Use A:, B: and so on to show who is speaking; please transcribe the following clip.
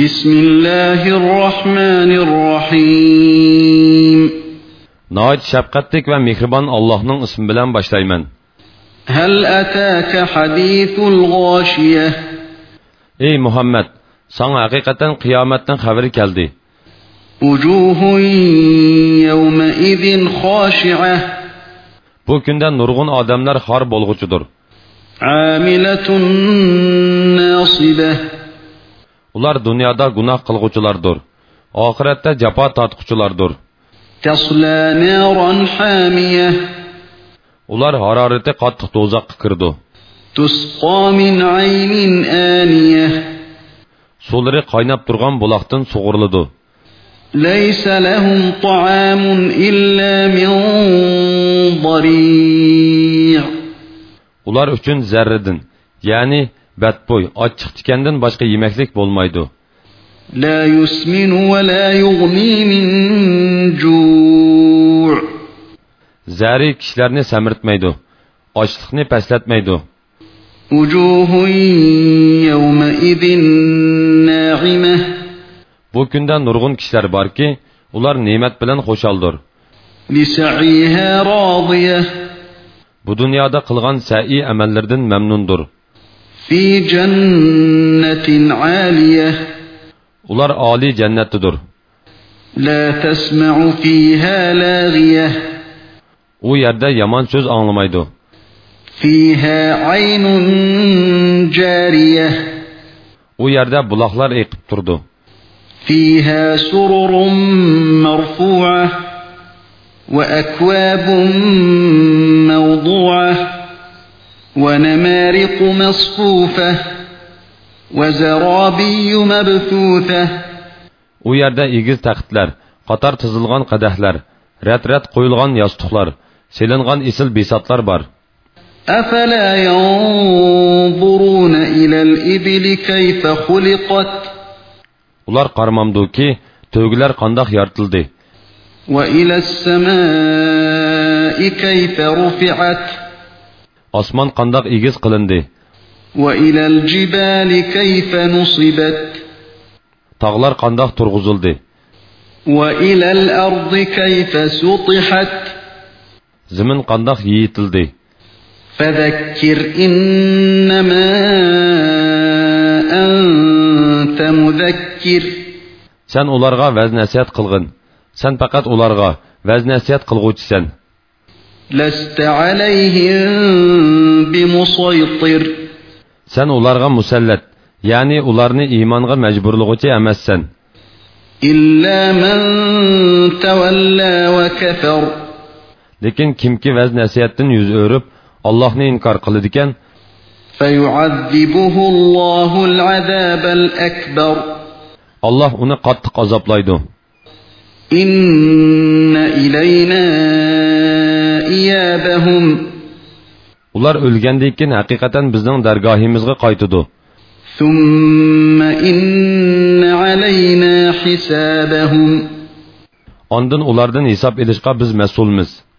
A: بسم الله الرحمن الرحيم
B: Nəhayət şəfqətlik və mehriban Allahın ismi ilə başlayman.
A: هل أتاك حديث الغاشية
B: Ey Muhammed, sana həqiqətən qiyamətdən xəbər gəldi.
A: وجوه يومئذ خاشعة
B: Bu gündə nurgun adamlar xar bolğucudur.
A: عاملة ناصبة
B: Ular dünyada günah qılğuculardır. Axirətdə cəfa tatquculardır.
A: تصلى نارا حامية
B: Ular hararəti qattiq dozaqqa kirdi.
A: تسقى من عين آنية
B: Suları qaynab turğan bulaqdan suğurludu.
A: ليس لهم طعام إلا من ضريع
B: Ular üçün zərridin, yəni bətboy, açıq tikəndən başqa yeməklik bolmaydı.
A: لا يسمن ولا يغني من جوع
B: Zəri kişilərini səmirtməydi. Açlıqni pəslətməydi.
A: وجوه يومئذ ناعمة
B: Bu gündə nurgun kişilər var ki, ular nemət bilən xoşaldır.
A: لسعيها راضية
B: Bu dünyada qılğan səi əməllərdən məmnundur.
A: في جنة عالية
B: Ular ali cənnətlidir.
A: لا تسمع فيها لاغية
B: O yerdə yaman söz anlamaydı.
A: فيها عين جارية
B: O yerdə bulaqlar eqib durdu.
A: فيها سرر مرفوعة وأكواب موضوعة ونمارق مصفوفة وزرابي مبثوثة
B: O yerdə igiz taxtlar, qatar tizilğan qədəhlər, rət-rət qoyulğan yastıqlar, selinğan isil besatlar var.
A: أفلا ينظرون إلى الإبل كيف خلقت
B: Ular qarmamdı ki, tövgülər qandaq yartıldı.
A: وإلى السماء كيف رفعت
B: Osman qandaq igiz qılındı.
A: وإلى الجبال كيف نصبت
B: Tağlar qandaq turğuzuldu.
A: وإلى الأرض كيف سطحت
B: Zimin qandaq yiyitildi.
A: فذكر إنما أنت مذكر
B: Sən onlara vəz nəsihət qılğın. Sən faqat onlara vəz nəsihət qılğuçisən.
A: لست عليهم بمسيطر
B: Sən onlara musallət, yəni onları imanğa məcburluğucu eməssən.
A: إلا من تولى وكفر
B: Lakin kimki vəz nəsihətdən yüz öyrüb Allahni inkar qılıdıkən,
A: فيعذبه الله العذاب الأكبر
B: Allah onu qattiq azablaydı.
A: إن إلينا إيابهم
B: Ular ölgəndən kən həqiqətən bizning dərgahimizə qaytıdı.
A: ثم إن علينا حسابهم
B: Ondan onlardan hesab elişqa biz məsulmiz.